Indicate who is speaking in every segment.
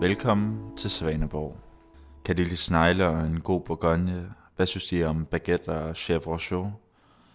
Speaker 1: Velkommen til Svaneborg. Kan de lide snegle og en god bourgogne? Hvad synes de om baguette og chèvre chaud?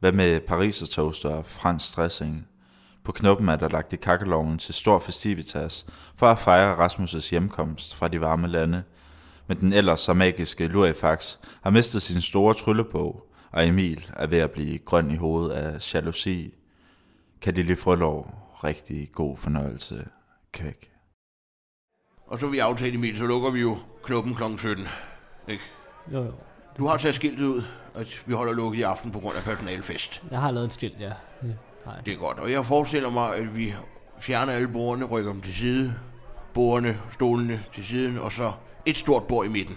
Speaker 1: Hvad med parisertoast og fransk dressing? På knoppen er der lagt i kakkeloven til stor festivitas for at fejre Rasmus' hjemkomst fra de varme lande. Men den ellers så magiske Lurifax har mistet sin store tryllebog, og Emil er ved at blive grøn i hovedet af jalousi. Kan de lide frølov? Rigtig god fornøjelse. Kvæk.
Speaker 2: Og så vi aftalt, Emil, så lukker vi jo knoppen kl. 17. Ikke?
Speaker 3: Jo, jo.
Speaker 2: Du har taget skiltet ud, at vi holder lukket i aften på grund af personalfest.
Speaker 3: Jeg har lavet en skilt, ja. Det- Nej.
Speaker 2: Det er godt, og jeg forestiller mig, at vi fjerner alle bordene, rykker dem til side, bordene, stolene til siden, og så et stort bord i midten.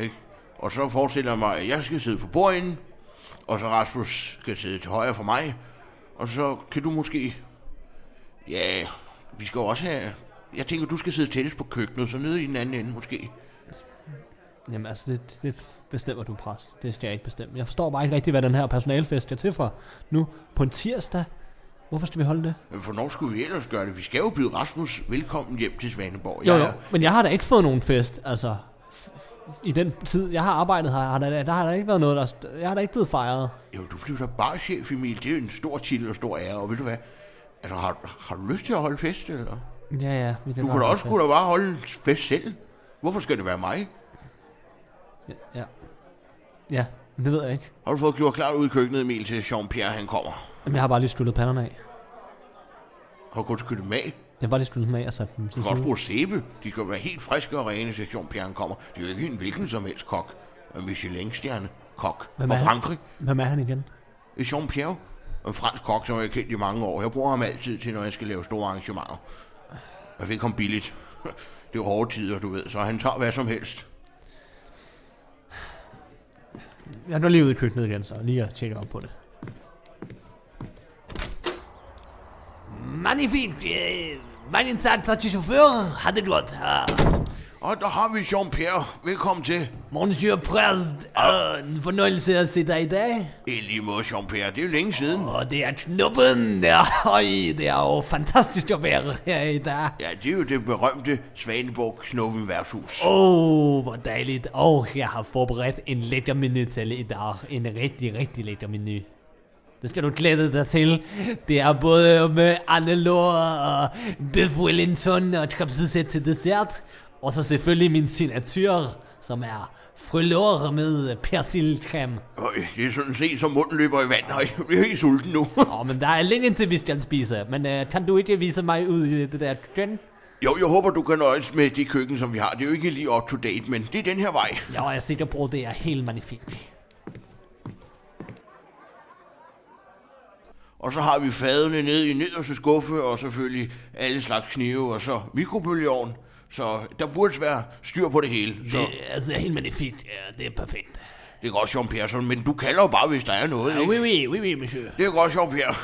Speaker 2: Ikke? Og så forestiller jeg mig, at jeg skal sidde på bordenden, og så Rasmus skal sidde til højre for mig, og så kan du måske... Ja, vi skal jo også have... Jeg tænker, du skal sidde tættest på køkkenet, så nede i den anden ende måske.
Speaker 3: Jamen altså, det, det bestemmer du, præst. Det skal jeg ikke bestemme. Jeg forstår bare ikke rigtigt, hvad den her personalfest er til for. Nu, på en tirsdag. Hvorfor skal vi holde det?
Speaker 2: Men Hvornår skulle vi ellers gøre det? Vi skal jo byde Rasmus velkommen hjem til Svaneborg.
Speaker 3: Jo,
Speaker 2: Jeg-
Speaker 3: jo. Men jeg har da ikke fået nogen fest, altså. F- f- I den tid, jeg har arbejdet her, har der, der har der ikke været noget, der... Jeg har da ikke blevet fejret.
Speaker 2: Jamen, du blev så barchef, Emil. Det er jo en stor titel og stor ære, og ved du hvad? Altså, har, har du lyst til at holde fest, eller?
Speaker 3: Ja, ja. Vi
Speaker 2: Du kunne da også kunne da bare holde en fest selv. Hvorfor skal det være mig?
Speaker 3: Ja. Ja, men det ved jeg ikke.
Speaker 2: Har du fået gjort klart ud i køkkenet, Emil, til Jean-Pierre, han kommer?
Speaker 3: Jamen, jeg har bare lige skyllet panderne af.
Speaker 2: Har du kunnet skylle dem af?
Speaker 3: Jeg har bare lige skyllet dem af og sat dem til
Speaker 2: Du kan også
Speaker 3: side.
Speaker 2: bruge sæbe. De kan være helt friske og rene, til Jean-Pierre, han kommer. Det er jo ikke en hvilken som helst kok. En Michelin-stjerne kok.
Speaker 3: Hvem
Speaker 2: og
Speaker 3: er han?
Speaker 2: Frankrig.
Speaker 3: Hvem er han igen?
Speaker 2: Jean-Pierre. En fransk kok, som jeg har kendt i mange år. Jeg bruger ham altid til, når jeg skal lave store arrangementer. Jeg fik ham billigt. Det er jo hårde tider, du ved, så han tager hvad som helst.
Speaker 3: Jeg er lige ude i køkkenet igen, så lige at tjekke op på det. Magnifikt! Mange tak til chaufføren. Har det godt her.
Speaker 2: Og der har vi Jean-Pierre. Velkommen til.
Speaker 3: Monsieur Præst, uh, en fornøjelse at se dig i dag.
Speaker 2: I lige måde, Jean-Pierre. Det er jo længe siden.
Speaker 3: Og det er knuppen der. Øj, det er jo fantastisk at være her i dag.
Speaker 2: Ja, det er jo det berømte Svaneborg Knoppen Værtshus.
Speaker 3: Åh, oh, hvor dejligt. Og oh, jeg har forberedt en lækker menu til i dag. En rigtig, rigtig lækker menu. Det skal du glæde dig til. Det er både med andelår og bøf wellington og krabsesæt til dessert. Og så selvfølgelig min signatur, som er frølår med persillcreme.
Speaker 2: Øj, det er sådan set, som munden løber i vand. Øj, jeg bliver helt sulten nu.
Speaker 3: Åh, oh, men der er længe til, vi skal spise. Men øh, kan du ikke vise mig ud i det der køkken?
Speaker 2: Jo, jeg håber, du kan nøjes med det køkken, som vi har. Det er jo ikke lige up to date, men det er den her vej.
Speaker 3: Ja, jeg er sikker på, at det er helt magnifikt.
Speaker 2: Og så har vi fadene nede i nederste skuffe, og selvfølgelig alle slags knive, og så mikrobølgeovn. Så der burde være styr på det hele. Så
Speaker 3: Det, altså, helt magnifikt. Ja, det er perfekt.
Speaker 2: det er godt, Jean Pierre, men du kalder jo bare, hvis der er noget,
Speaker 3: Ah,
Speaker 2: ikke?
Speaker 3: oui, oui, oui, oui, monsieur.
Speaker 2: Det er godt, Jean Pierre.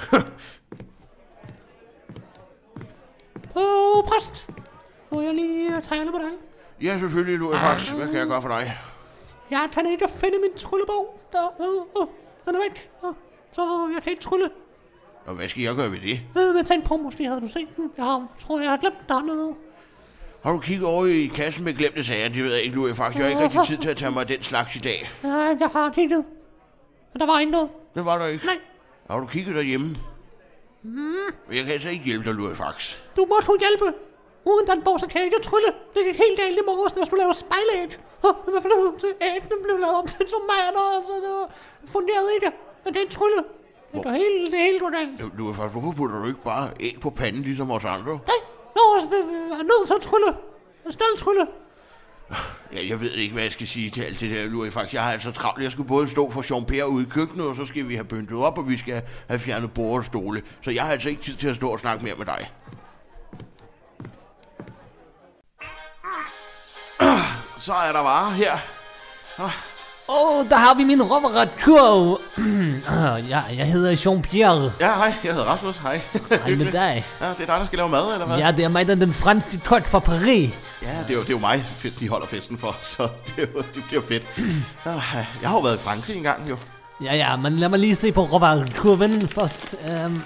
Speaker 3: Åh, oh, præst. Må jeg lige øh, tegne på dig?
Speaker 2: ja, selvfølgelig, Louis Fax. Hvad kan jeg gøre for dig?
Speaker 3: Jeg kan ikke finde min tryllebog. Der, uh, uh, den er væk. Uh, så jeg kan ikke trylle.
Speaker 2: Og hvad skal jeg gøre ved det?
Speaker 3: Uh, men tænk på, måske havde du set den. Jeg har, tror, jeg har glemt dernede.
Speaker 2: Har du kigget over i kassen med glemte sager? Det ved jeg ikke, Louis Fax. Jeg har ikke rigtig tid til at tage mig af den slags i dag.
Speaker 3: Ja, jeg har kigget. Men der var ikke noget.
Speaker 2: Det var der ikke.
Speaker 3: Nej,
Speaker 2: Har du kigget derhjemme? Mm. Jeg kan altså ikke hjælpe dig, Louis Fax.
Speaker 3: du må kunne hjælpe. Uden den bog, så kan jeg ikke trylle. Det er helt galt i morges, hvis du laver spejlæg. Uh, så blev til æggene blev lavet om til tomater, og så det var- fungerede ikke. Men det er en trylle. Det
Speaker 2: Hvor-
Speaker 3: går helt, det er helt galt.
Speaker 2: Jamen, Louis Fax, hvorfor putter du ikke bare æg på panden, ligesom os andre?
Speaker 3: Nej, nå, altså, vi er nødt til at trylle. Snel trylle.
Speaker 2: Ja, jeg ved ikke, hvad jeg skal sige til alt det der, Louis. Faktisk, jeg har altså travlt. Jeg skal både stå for Jean-Pierre ude i køkkenet, og så skal vi have pyntet op, og vi skal have fjernet bord og stole. Så jeg har altså ikke tid til at stå og snakke mere med dig. Så er der varer her.
Speaker 3: Åh, oh, der har vi min røverretkurv. ja, jeg hedder Jean-Pierre.
Speaker 2: Ja, hej. Jeg hedder Rasmus. Hej.
Speaker 3: Hej med dig.
Speaker 2: Ja, det er dig, der skal lave mad, eller hvad?
Speaker 3: Ja, det er mig, der er den franske kok fra Paris.
Speaker 2: ja det, er jo, det er jo mig, de holder festen for, så det, er jo, det bliver fedt. Ah, Jeg har jo været i Frankrig engang, jo.
Speaker 4: Ja, ja, men lad mig lige se på råvarekurven først. Øhm,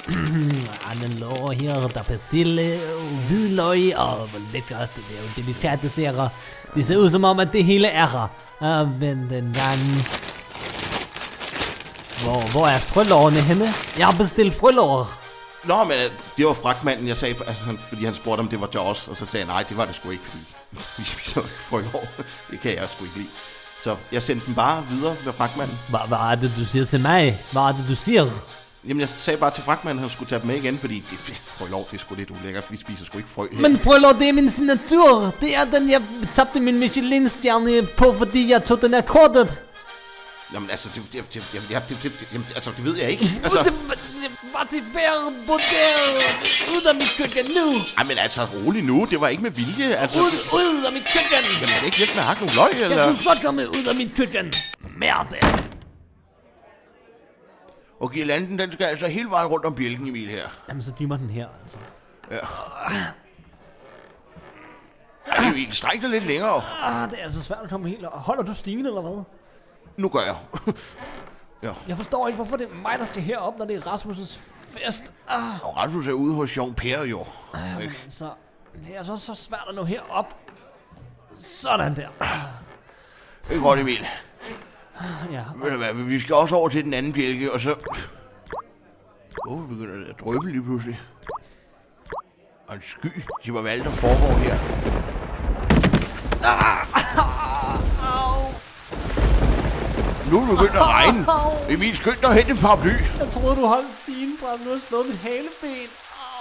Speaker 4: anelår her, der er persille, og hvidløg og hvor lækkert, det er jo delikatesserer. Det ser ud som om, at det hele er her. Og vent en gang. Hvor, hvor er frølårene henne? Jeg har bestilt frølår.
Speaker 2: Nå, men øh, det var fragtmanden, jeg sagde, altså, han- fordi han spurgte, om det var til os, og så sagde jeg, nej, det var det sgu ikke, fordi vi spiser jo ikke frølår. Det kan jeg sgu ikke lide. Så jeg sendte dem bare videre med fragtmanden.
Speaker 4: Hvad, hvad er det, du siger til mig? Hvad er det, du siger?
Speaker 2: Jamen, jeg sagde bare til fragtmanden, at han skulle tage dem med igen, fordi det, frølår, det er sgu lidt ulækkert. Vi spiser sgu ikke frø. her.
Speaker 4: Men frølår, det er min signatur. Det er den, jeg tabte min Michelin-stjerne på, fordi jeg tog den af kortet.
Speaker 2: Jamen, altså, det, det, det, det, det, det, det, jamen, altså, det ved jeg ikke.
Speaker 4: Altså...
Speaker 2: Altså,
Speaker 4: Var det færre bordel? Ud af mit køkken nu!
Speaker 2: ej, men altså, rolig nu. Det var ikke med vilje. Altså,
Speaker 4: Ud, ud af mit køkken!
Speaker 2: jamen, er det ikke lidt med at hakke nogle løg,
Speaker 4: Kan
Speaker 2: eller?
Speaker 4: du så komme ud af mit køkken? Merde!
Speaker 2: Okay, landen, den skal altså hele vejen rundt om bjælken, Emil, her.
Speaker 4: Jamen, så giv mig den her, altså.
Speaker 2: Ej, vi stræk dig lidt længere.
Speaker 4: Ah, det er altså svært at komme helt... og- Holder du stigen, eller hvad?
Speaker 2: Nu gør jeg.
Speaker 4: Jeg forstår ikke, hvorfor det er mig, der skal herop, når det er Rasmus' fest. Ah,
Speaker 2: Og Rasmus er ude hos Jean Per, jo. Ikke?
Speaker 4: så det er altså så svært at nå herop. Sådan der.
Speaker 2: Det er godt, Emil.
Speaker 4: Ja,
Speaker 2: Ved du hvad, men vi skal også over til den anden bjælke, og så... Åh, oh, begynder det at drøbe lige pludselig. Og en sky. Det var hvad der foregår her.
Speaker 4: Au,
Speaker 2: Nu er det begyndt at regne. Emil, skynd dig og hente en paraply.
Speaker 4: jeg troede, du holdt stigen fra, nu har slået mit haleben.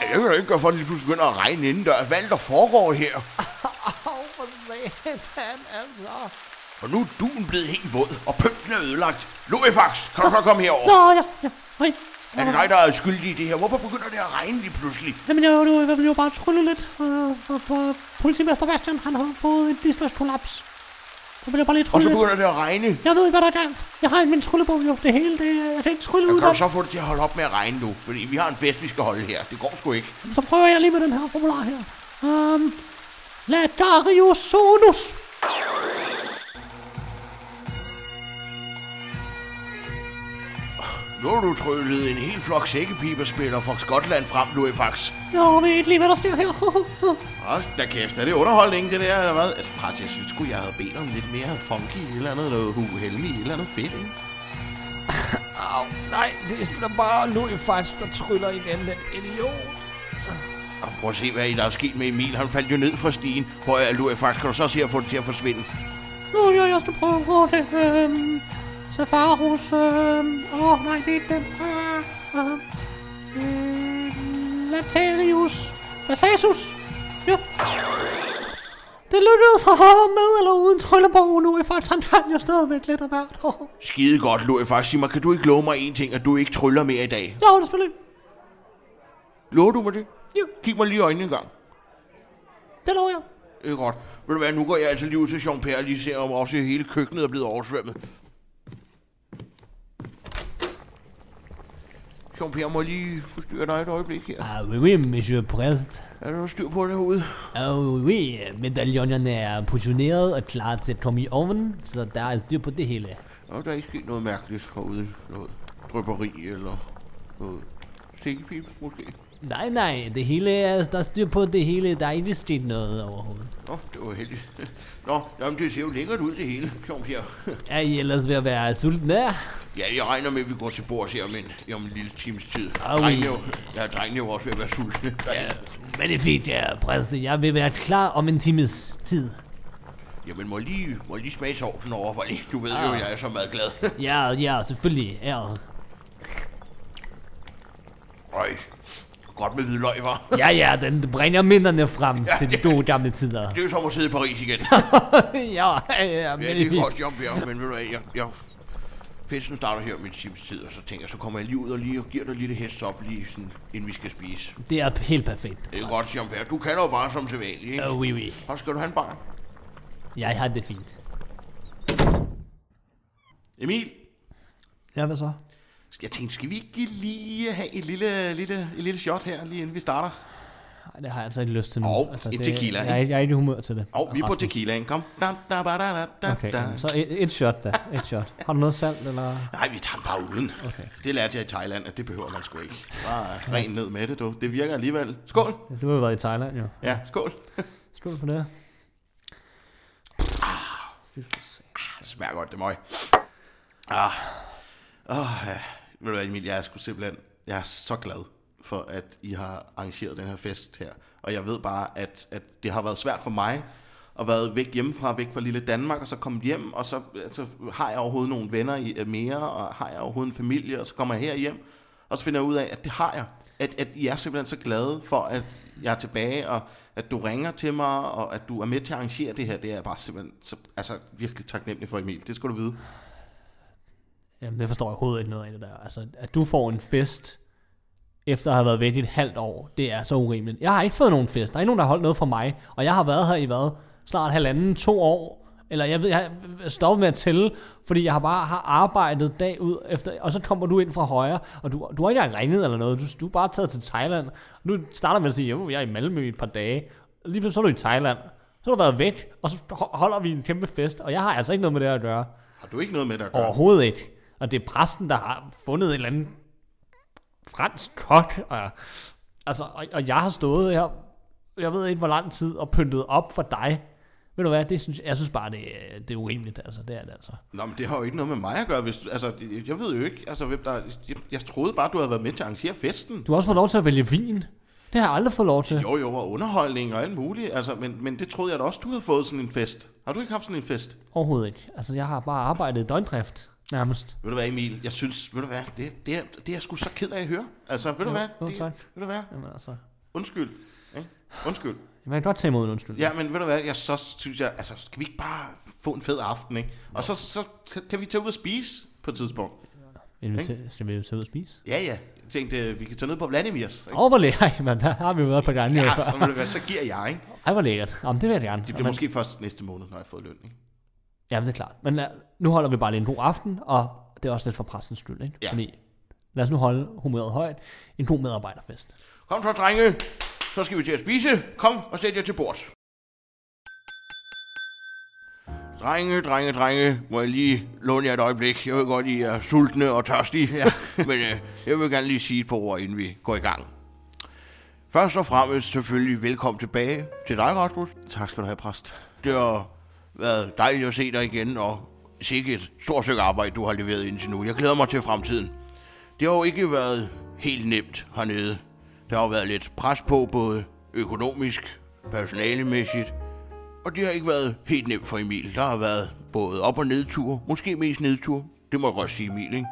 Speaker 2: Ja, Jeg kan da ikke gøre for, at det lige pludselig begynder at regne indendørs. Hvad er det, der foregår her?
Speaker 4: Au, for satan, altså.
Speaker 2: Og nu er duen blevet helt våd, og pynten er ødelagt. Luifax, kan du så komme herover?
Speaker 3: Nå, ja, ja, hej.
Speaker 2: Er det dig, der er skyldig i det her? Hvorfor begynder det at regne lige pludselig?
Speaker 3: Jamen, jeg var jo, jeg blev jo bare tryllet lidt, øh, for, for politimester Bastian, han havde fået et diskværskollaps. Så blev jeg bare lige
Speaker 2: Og så
Speaker 3: tryllet lidt.
Speaker 2: begynder det at regne.
Speaker 3: Jeg ved ikke, hvad der er galt. Jeg har i min tryllebog jo, det hele, det, jeg kan ikke trylle ud
Speaker 2: Kan
Speaker 3: af.
Speaker 2: du så få det til at holde op med at regne nu? Fordi vi har en fest, vi skal holde her. Det går sgu ikke.
Speaker 3: Så prøver jeg lige med den her formular her. Um, Ladarius Sonus.
Speaker 2: Nu har du tryllet en hel flok sækkepiberspillere fra Skotland frem, Luifax.
Speaker 3: Jeg ved ikke lige, hvad der sker her.
Speaker 2: Hold da kæft, er det underholdning, det der, eller hvad? Altså, pres, jeg synes sgu, jeg havde bedt om lidt mere funky, et eller andet, noget uheldig, et eller andet fedt, ikke?
Speaker 4: Au, nej, det er sgu da bare Louis Fax, der tryller igen, den idiot.
Speaker 2: Og prøv at se, hvad der er sket med Emil. Han faldt jo ned fra stigen. Prøv at Luifax, kan du så se at få det til at forsvinde?
Speaker 3: Nu er jeg også prøve på det. Um, Safarus. øhm, Åh, um, oh, nej, det er den. Uh, uh, uh, Latarius. Fassasus. Ja. Det lykkedes at have med eller uden tryllebog nu, i faktisk han kan jo stadigvæk lidt af hvert.
Speaker 2: Skide godt, Luifax. Sig mig, kan du ikke love mig en ting, at du ikke tryller mere i dag?
Speaker 3: Jeg har det selvfølgelig.
Speaker 2: Lover du mig det?
Speaker 3: Jo,
Speaker 2: Kig mig lige i øjnene en gang.
Speaker 3: det lover jeg.
Speaker 2: Det er godt. Ved du hvad, nu går jeg altså lige ud til Jean Per og lige ser, om også hele køkkenet er blevet oversvømmet. Jean Per, må jeg lige forstyrre dig et øjeblik her?
Speaker 4: Ah, oui, oui, monsieur Præst.
Speaker 2: Er der noget styr på det herude?
Speaker 4: Oh, oui, medaljonerne er positioneret og klar til at komme i ovnen, så der er styr på det hele.
Speaker 2: Og der er ikke sket noget mærkeligt herude. Noget drøberi eller noget stikkepip, måske.
Speaker 4: Nej, nej, det hele er, der er styr på det hele, der er ikke sket noget overhovedet.
Speaker 2: Nå, det var heldigt. Nå, jamen, det ser jo lækkert ud, det hele, Jean Pierre.
Speaker 4: Er I ellers ved at være sultne?
Speaker 2: Ja, jeg regner med, at vi går til bords her om en, om en lille times tid.
Speaker 4: Au.
Speaker 2: Drengene, er jo- ja, drengene er jo også ved at være sultne. Ja.
Speaker 4: Magnifikt, ja, præst. Jeg vil være klar om en times tid.
Speaker 2: Jamen, må jeg lige, må jeg lige smage sovsen over, for lige- du ved jo, jeg er så meget glad.
Speaker 4: Ja, ja, selvfølgelig. Ja,
Speaker 2: Øj, godt med hvidløg, var.
Speaker 4: ja, ja den bringer minderne frem til de gode gamle tider.
Speaker 2: Det er jo som at sidde i Paris igen.
Speaker 4: ja, ja,
Speaker 2: Ja, det er
Speaker 4: magnifikt.
Speaker 2: godt, John Bjerg, men ved du hvad, jeg, jeg, festen starter her om en times tid, og så tænker jeg, så kommer jeg lige ud og lige og giver dig lige det heads up, lige sådan, inden vi skal spise.
Speaker 4: Det er helt perfekt.
Speaker 2: Det er godt, John Bjerg. Du kan jo bare som sædvanligt, ikke?
Speaker 4: Oh, oui, oui.
Speaker 2: Og skal du have en bar?
Speaker 4: Jeg har det fint.
Speaker 2: Emil,
Speaker 4: Ja, hvad så?
Speaker 2: skal- jeg tænkte, skal vi ikke lige have et lille, lille, et lille shot her, lige inden vi starter?
Speaker 4: Nej, det har jeg altså ikke lyst til nu.
Speaker 2: Og
Speaker 4: altså,
Speaker 2: en tequila,
Speaker 4: Jeg, er ikke- jeg er ikke i humør til det.
Speaker 2: Og vi er på tequilaen, kom. Da, da, ba, da, da, da,
Speaker 4: Okay,
Speaker 2: da.
Speaker 4: jamen, så et, et shot da. Et shot. Har du noget salt, eller?
Speaker 2: Nej, vi tager den bare uden. Okay. Det lærte jeg i Thailand, at det behøver man sgu ikke. Bare ren ned med det, du. Det virker alligevel. Skål.
Speaker 4: Du har jo været i Thailand, jo.
Speaker 2: Ja, skål.
Speaker 4: Skål på det.
Speaker 2: Det smager godt, det møg. Ah. Oh, ja. Ved du hvad, Emil, jeg er sgu simpelthen, jeg er så glad for, at I har arrangeret den her fest her. Og jeg ved bare, at, at det har været svært for mig at være væk hjemmefra, væk fra lille Danmark, og så komme hjem, og så altså, har jeg overhovedet nogle venner i øh, mere, og har jeg overhovedet en familie, og så kommer jeg her hjem, og så finder jeg ud af, at det har jeg. At, at I er simpelthen så glade for, at jeg er tilbage, og at du ringer til mig, og at du er med til at arrangere det her. Det er jeg bare simpelthen så, altså, virkelig taknemmelig for, Emil. Det skal du vide.
Speaker 4: Jamen, det forstår jeg overhovedet ikke noget af det der. Altså, at du får en fest, efter at have været væk i et halvt år, det er så urimeligt. Jeg har ikke fået nogen fest. Der er ikke nogen, der har holdt noget for mig. Og jeg har været her i hvad? Snart halvanden, to år. Eller jeg ved, jeg har stoppet med at tælle, fordi jeg har bare har arbejdet dag ud efter, og så kommer du ind fra højre, og du, du har ikke engang ringet eller noget, du, du er bare taget til Thailand. Nu starter man at sige, jo, jeg er i Malmø i et par dage, og lige pludselig så er du i Thailand, så har du været væk, og så ho- holder vi en kæmpe fest, og jeg har altså ikke noget med det at gøre.
Speaker 2: Har du ikke noget med det at gøre?
Speaker 4: Overhovedet ikke. Og det er præsten, der har fundet en eller anden fransk kok. Og, altså, og, og jeg har stået her, jeg ved ikke hvor lang tid, og pyntet op for dig. Ved du hvad, det synes, jeg synes bare, det, er- det er urimeligt. Altså, det er det altså.
Speaker 2: Nå, men det har jo ikke noget med mig at gøre. Hvis, altså, jeg ved jo ikke, altså, hvem der, jeg, jeg troede bare, du havde været med til at arrangere festen.
Speaker 4: Du har også fået lov til at vælge vin. Det har jeg aldrig fået lov til.
Speaker 2: Jo, jo, og underholdning og alt muligt. Altså, men, men det troede jeg da også, du havde fået sådan en fest. Har du ikke haft sådan en fest?
Speaker 4: Overhovedet ikke. Altså, jeg har bare arbejdet i døgndrift, nærmest.
Speaker 2: Ved du hvad, Emil? Jeg synes, ved du hvad, det, det, er, det er jeg sgu så ked af at høre. Altså, ved du hvad?
Speaker 4: jo,
Speaker 2: det,
Speaker 4: tak.
Speaker 2: Ved du hvad?
Speaker 4: Jamen altså,
Speaker 2: Undskyld. Ikke? Undskyld.
Speaker 4: man kan godt tage imod en undskyld.
Speaker 2: Ja, men ved du hvad, jeg, så synes jeg, altså, skal vi ikke bare få en fed aften, ikke? Og så, så kan vi tage ud og spise på et tidspunkt.
Speaker 4: Inviter- Øh, skal vi jo tage ud og spise?
Speaker 2: Ja, ja. Jeg tænkte, øh, vi kan tage ned på Vladimir's. Ikke?
Speaker 4: Åh, hvor lækkert, mand. Der har vi jo været på gange.
Speaker 2: Ja,
Speaker 4: Ja.
Speaker 2: og ved du hvad, så giver jeg, ikke?
Speaker 4: Ej, hvor lækkert. Jamen, det vil jeg gerne.
Speaker 2: Det
Speaker 4: Og
Speaker 2: bliver
Speaker 4: man-
Speaker 2: måske først næste måned, når jeg har fået løn, ikke?
Speaker 4: Jamen, det er klart. Men uh, nu holder vi bare lige en god aften, og det er også lidt for pressens skyld, ikke?
Speaker 2: Ja.
Speaker 4: Fordi, lad os nu holde humøret højt. En god medarbejderfest.
Speaker 2: Kom så, drenge. Så skal vi til at spise. Kom og sæt jer til bord. Drenge, drenge, drenge, må jeg lige låne jer et øjeblik. Jeg ved godt, I er sultne og tørstige, ja. men øh, jeg vil gerne lige sige et par ord, inden vi går i gang. Først og fremmest selvfølgelig velkommen tilbage til dig, Rasmus. Tak skal du have, præst. Det har været dejligt at se dig igen, og sikkert et stort stykke arbejde, du har leveret indtil nu. Jeg glæder mig til fremtiden. Det har jo ikke været helt nemt hernede. Der har jo været lidt pres på, både økonomisk, personalemæssigt, og det har ikke været helt nemt for Emil. Der har været både op- og nedtur, måske mest nedtur. Det må jeg godt sige, Emil, ikke?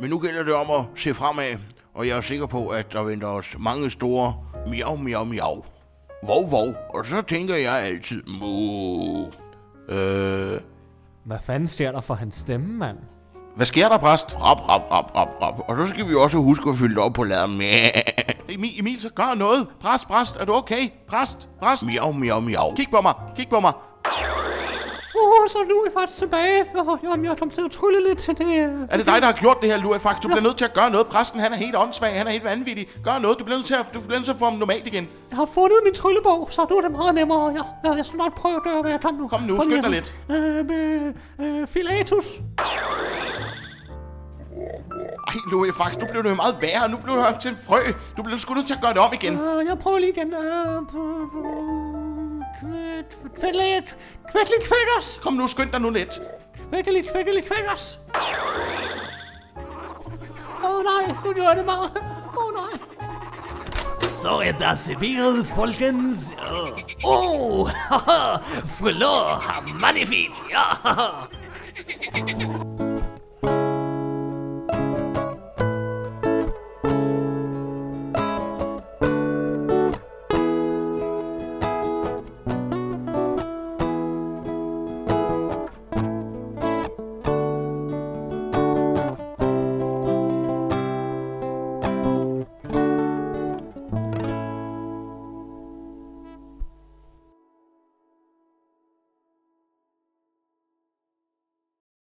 Speaker 2: Men nu gælder det om at se fremad, og jeg er sikker på, at der venter os mange store miau, miau, miau. Vov, vov. Og så tænker jeg altid, mu. Øh,
Speaker 4: Hvad fanden sker der for hans stemme, mand?
Speaker 2: hvad sker der, præst? Rap, rap, rap, rap, rap. Og så skal vi også huske at fylde det op på laden. Emil, Emil, så gør noget. Præst, præst, er du okay? Præst, præst. Miau, miau, miau. Kig på mig, kig på mig.
Speaker 3: Uh, så nu er vi faktisk tilbage. Oh, jamen, jeg kom til at trylle lidt til det. øh.
Speaker 2: Er det dig, der har gjort det her, Lurifax? Du bliver nødt til at gøre noget. Præsten, han er helt åndssvag. Han er helt vanvittig. Gør noget. Du bliver nødt til at, du bliver nødt til at få ham normalt igen.
Speaker 3: Jeg har fundet min tryllebog, så nu er det meget nemmere. Jeg, jeg, jeg skal nok prøve at gøre, hvad jeg kan nu.
Speaker 2: Kom nu,
Speaker 3: Kom
Speaker 2: skynd dig
Speaker 3: her.
Speaker 2: lidt.
Speaker 3: Øh, med, øh, Filatus.
Speaker 2: Ej, Lurifax, nu blev det jo meget værre. Nu blev det til en frø. Du bliver sgu nødt til at gøre det om igen.
Speaker 3: Øh, jeg prøver lige igen. Øh, på- på- Kvætteligt, kvætteligt kvætters.
Speaker 2: Kom nu, skynd dig nu lidt.
Speaker 3: Kvætteligt, kvætteligt kvætters. Åh oh, nej, nu gør jeg det meget. Åh oh, nej.
Speaker 4: Så er der serveret, folkens. øh, Åh, oh, frølår, magnifikt. Ja.